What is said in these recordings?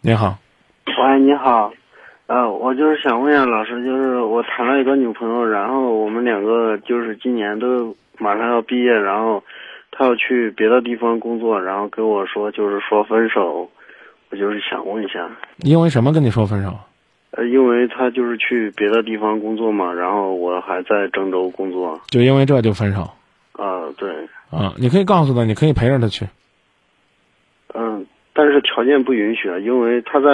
您好，喂，你好，呃，我就是想问一下老师，就是我谈了一个女朋友，然后我们两个就是今年都马上要毕业，然后她要去别的地方工作，然后跟我说就是说分手，我就是想问一下，因为什么跟你说分手？呃，因为她就是去别的地方工作嘛，然后我还在郑州工作，就因为这就分手啊、对，啊？你可以告诉他，你可以陪着他去。嗯，但是条件不允许，啊因为他在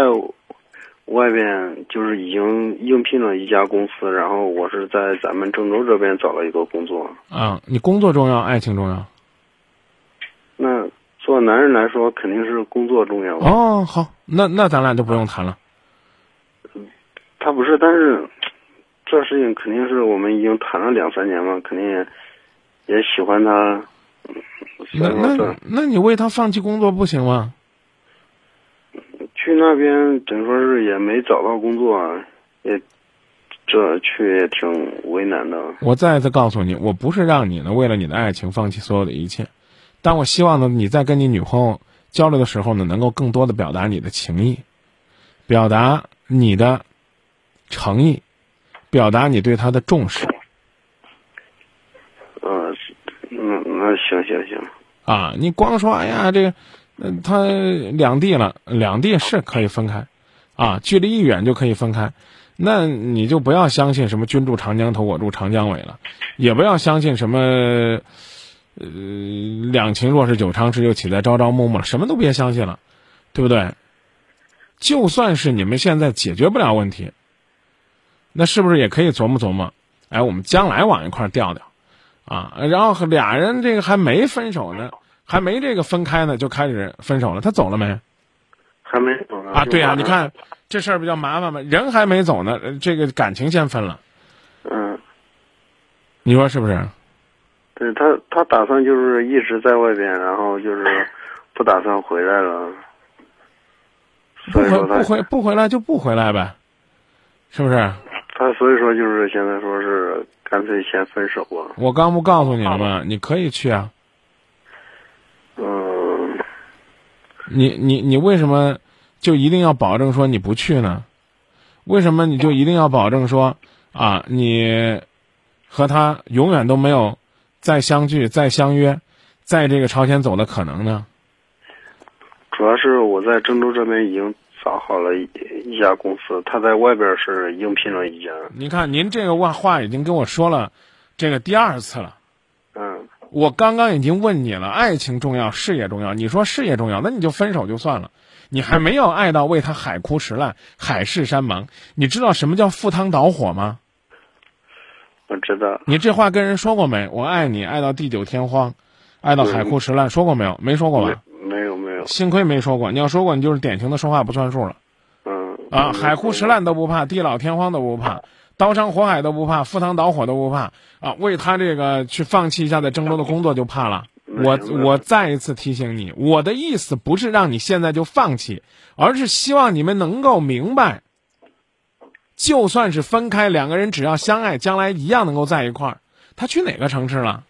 外边就是已经应聘了一家公司，然后我是在咱们郑州这边找了一个工作。啊，你工作重要，爱情重要。那做男人来说，肯定是工作重要。哦，好，那那咱俩就不用谈了。他不是，但是这事情肯定是我们已经谈了两三年嘛，肯定也也喜欢他。嗯所那以说那这那你为他放弃工作不行吗？去那边等于说是也没找到工作，啊也这去也挺为难的。啊我再一次告诉你，我不是让你呢为了你的爱情放弃所有的一切，但我希望呢你在跟你女朋友交流的时候呢，能够更多的表达你的情意，表达你的诚意，表达你对她的重视嗯，那那行行行，啊！你光说哎呀这，呃他两地了，两地是可以分开，啊，距离一远就可以分开，那你就不要相信什么君住长江头，我住长江尾了，也不要相信什么。呃两情若是久长时，又岂在朝朝暮暮了？什么都别相信了，对不对？就算是你们现在解决不了问题，那是不是也可以琢磨琢磨？哎，我们将来往一块儿调调，啊，然后俩人这个还没分手呢，还没这个分开呢，就开始分手了。他走了没？还没走呢啊，对呀、呀、你，看这事儿比较麻烦嘛，人还没走呢，呃这个感情先分了，嗯，你说是不是？对他，他打算就是一直在外边，然后就是 不打算回来了。不所以回说不他，回不回来就不回来呗，是不是？他所以说就是现在说是干脆先分手吧。我刚不告诉你了吗？你可以去啊。嗯，你你你为什么就一定要保证说你不去呢？为什么你就一定要保证说啊，你和他永远都没有再相聚、再相约、在这个朝鲜走的可能呢？主要是我在郑州这边已经找好了一一家公司，他在外边是应聘了一家。您看，您这个话话已经跟我说了这个第二次了。嗯，我刚刚已经问你了，爱情重要，事业重要。你说事业重要，那你就分手就算了。你还没有爱到为他海枯石烂、海誓山盟。你知道什么叫赴汤蹈火吗？我知道。你这话跟人说过没？我爱你，爱到地久天荒，爱到海枯石烂，说过没有？没说过没吧？没有没有，幸亏没说过。你要说过，你就是典型的说话不算数了嗯啊！海枯石。烂都不怕，地老天荒都不怕，刀山火海都不怕，赴汤蹈火都不怕啊！为他这个去放弃一下在郑州的工作就怕了。嗯我明白我再一次提醒你，我的意思不是让你现在就放弃，而是希望你们能够明白，就算是分开，两个人只要相爱，将来一样能够在一块儿。他去哪个城市了？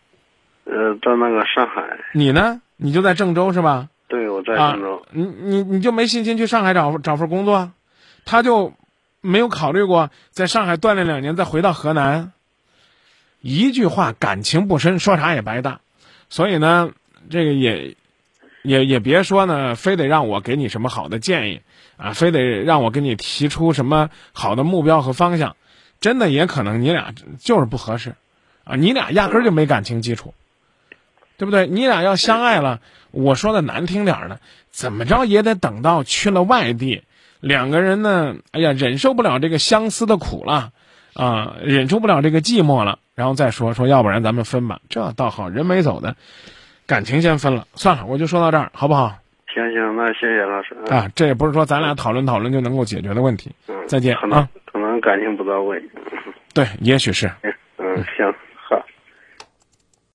呃，在那个上海，你呢？你就在郑州是吧？对我在啊郑州。，你你你就没信心去上海找找份工作？啊他就没有考虑过在上海锻炼两年再回到河南。一句话，感情不深，说啥也白搭。所以呢，这个也也也别说呢，非得让我给你什么好的建议啊，非得让我给你提出什么好的目标和方向，真的也可能你俩就是不合适啊，你俩压根儿就没感情基础，对不对？你俩要相爱了，我说的难听点儿呢，怎么着也得等到去了外地，两个人呢，哎呀，忍受不了这个相思的苦了。啊，忍受不了这个寂寞了，然后再说说，要不然咱们分吧，这倒好，人没走的，感情先分了，算了，我就说到这儿，好不好？行行，那谢谢老师。嗯啊，这也不是说咱俩讨论讨论就能够解决的问题。嗯再见可能啊可能感情不到位。对，也许是。嗯，行。